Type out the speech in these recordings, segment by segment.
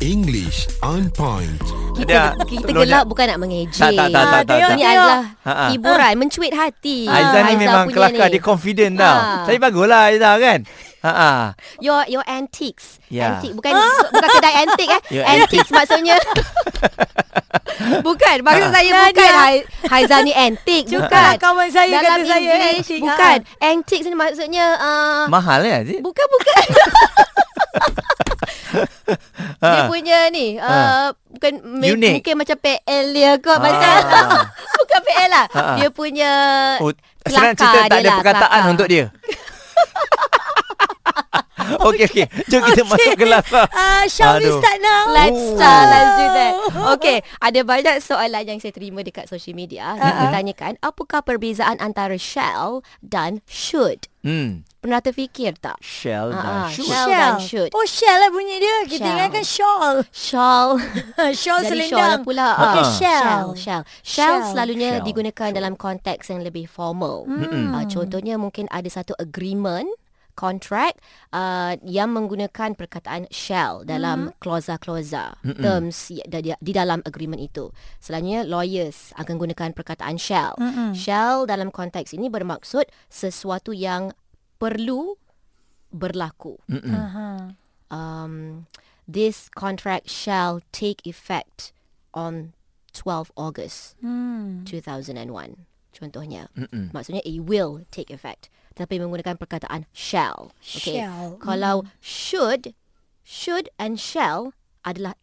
English on point. Dia- Kita, kita tolong gelak dia- bukan nak mengejek. Ah, Tak, tak, tak, tak, tak, Ini tak. adalah Ha, ha. hiburan, mencuit hati. Aizah ni memang punya kelakar ni. Dia confident tau Ah. Saya baguslah Aizah kan ha, ah. Your your antiques. Ya. Antique bukan bukan kedai antik eh. Your antiques maksudnya. bukan, maksud Ha. saya Dah, bukan dah. Hai- Haizah ni antik Cukar bukan. kawan saya Dalam kata saya English, antik. bukan. Ha. Antiques ni maksudnya uh, Mahal eh Aziz bukan bukan. Dia Ah. punya ni uh, Ah. bukan me- Unik. mungkin macam PL dia kot Ah. macam bukan PL lah. Ah, ah. Dia punya oh, Senang cerita kelakar tak dia ada lah, perkataan kelakar. untuk dia Okey okey Jom kita masuk kelas lah Ah. Uh, shall we Aduh. start now? Let's Oh. start, let's do that. Okay, ada banyak soalan yang saya terima dekat social media. Ha, Yang bertanyakan, apakah perbezaan antara shall dan should? hmm. Pernah terfikir tak? Shell Ah, dan ah. shoot Shell dan shoot. Oh shell lah bunyi dia. Kita Shell. ingatkan shawl. Shall shawl Jadi shawl selendang. pula Okey, Ah. shell. Shell Shell Shell. Hmm. selalunya Shell. digunakan dalam konteks yang lebih formal Ah, Contohnya mungkin ada satu agreement Contract uh, yang menggunakan perkataan shall Mm-hmm. dalam klausa-klausa terms y- di, di dalam agreement itu. Selalunya lawyers akan gunakan perkataan shall. Shall dalam konteks ini bermaksud sesuatu yang perlu berlaku. Aha. um, this contract shall take effect on 12 August Hmm. 2001 contohnya Mm-mm. maksudnya it will take effect tapi menggunakan perkataan shall okay Shall. Hmm. kalau should should and shall adalah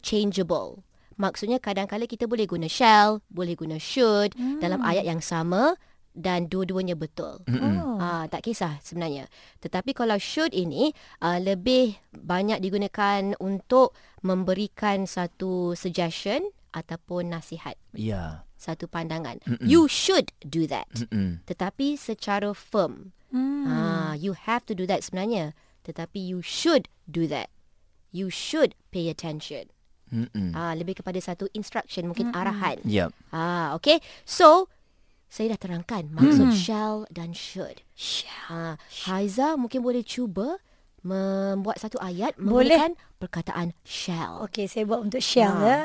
interchangeable maksudnya kadang-kala kita boleh guna shall boleh guna should Hmm. dalam ayat yang sama dan dua-duanya betul Oh. Ah, tak kisah sebenarnya. Tetapi kalau should ini ah, lebih banyak digunakan untuk memberikan satu suggestion ataupun nasihat, Ya Hmm, satu pandangan. Mm-mm. You should do that. Mm-mm. Tetapi secara firm. Mm. Ah, you have to do that sebenarnya. Tetapi you should do that. You should pay attention. Mm-mm. Ah, lebih kepada satu instruction, mungkin arahan. hmm, Yep. Ah, okay. So, saya dah terangkan maksud shall dan should. Shall. Ah, Haiza mungkin boleh cuba membuat satu ayat Boleh. Oh. menggunakan perkataan shall. Okay, saya buat untuk shell Ah. ya.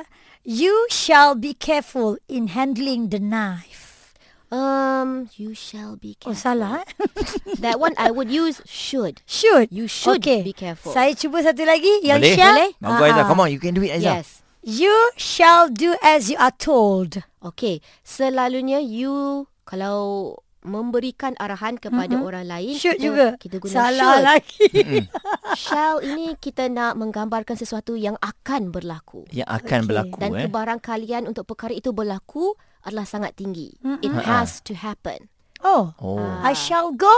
You shall be careful in handling the knife. Um, you shall be Oh, careful. salah. eh? That one I would use should. Should. You should okay. be careful. Saya cuba satu lagi. Yang Boleh? shall. Boleh? Bagus Ah, Aizah. ah. Come on, you can do it Aizah. Yes. You shall do as you are told. Okay. Selalunya you kalau memberikan arahan kepada mm-hmm. orang lain Should kita, juga. kita guna salah lah. should. lagi. Shall ini kita nak menggambarkan sesuatu yang akan berlaku. Yang akan Okey. berlaku dan eh. kebarangkalian untuk perkara itu berlaku adalah sangat tinggi. It Ha-ha. has to happen. Oh, Oh. Ah. I shall go.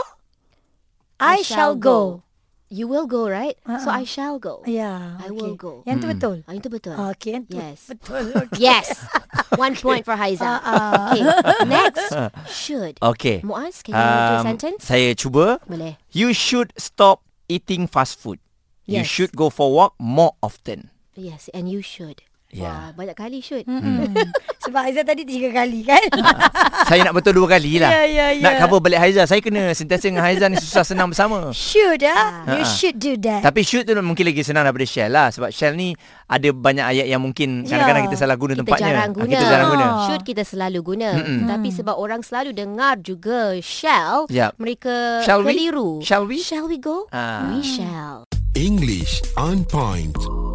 I, shall go. You will go, right? So I Ha-ha. shall go. Yeah. I will go. Yang tu betul. Ah, itu betul. Ah, Okay, yang tu Yes. betul. Okay. Yes. One point for Haiza. Ah, ah. Okay. Next, should. Okay. Muaz, can you do a Um, sentence? Saya cuba. Boleh. You should stop eating fast food. You Yes. should go for walk more often. Yes, and you should. Yeah. Wah, banyak kali should. Mm. Sebab Aizah tadi tiga kali kan? saya nak betul dua kali lah. Ya, ya, ya. Nak cover balik Haizah. Saya kena sentiasa dengan Haizah ni susah senang bersama. should ah, you Ah. should do that. Tapi shoot tu mungkin lagi senang daripada shell lah. Sebab shell ni ada banyak ayat yang mungkin Ya. kadang-kadang kita salah guna Kita tempatnya. jarang Ah, guna. Oh. Kita jarang guna. Ah. Mm. Should kita selalu guna. Mm-mm. Tapi sebab orang selalu dengar juga shall, Yap. mereka Shall we? keliru. Shall we? Shall we go? Ah. We shall. English on point.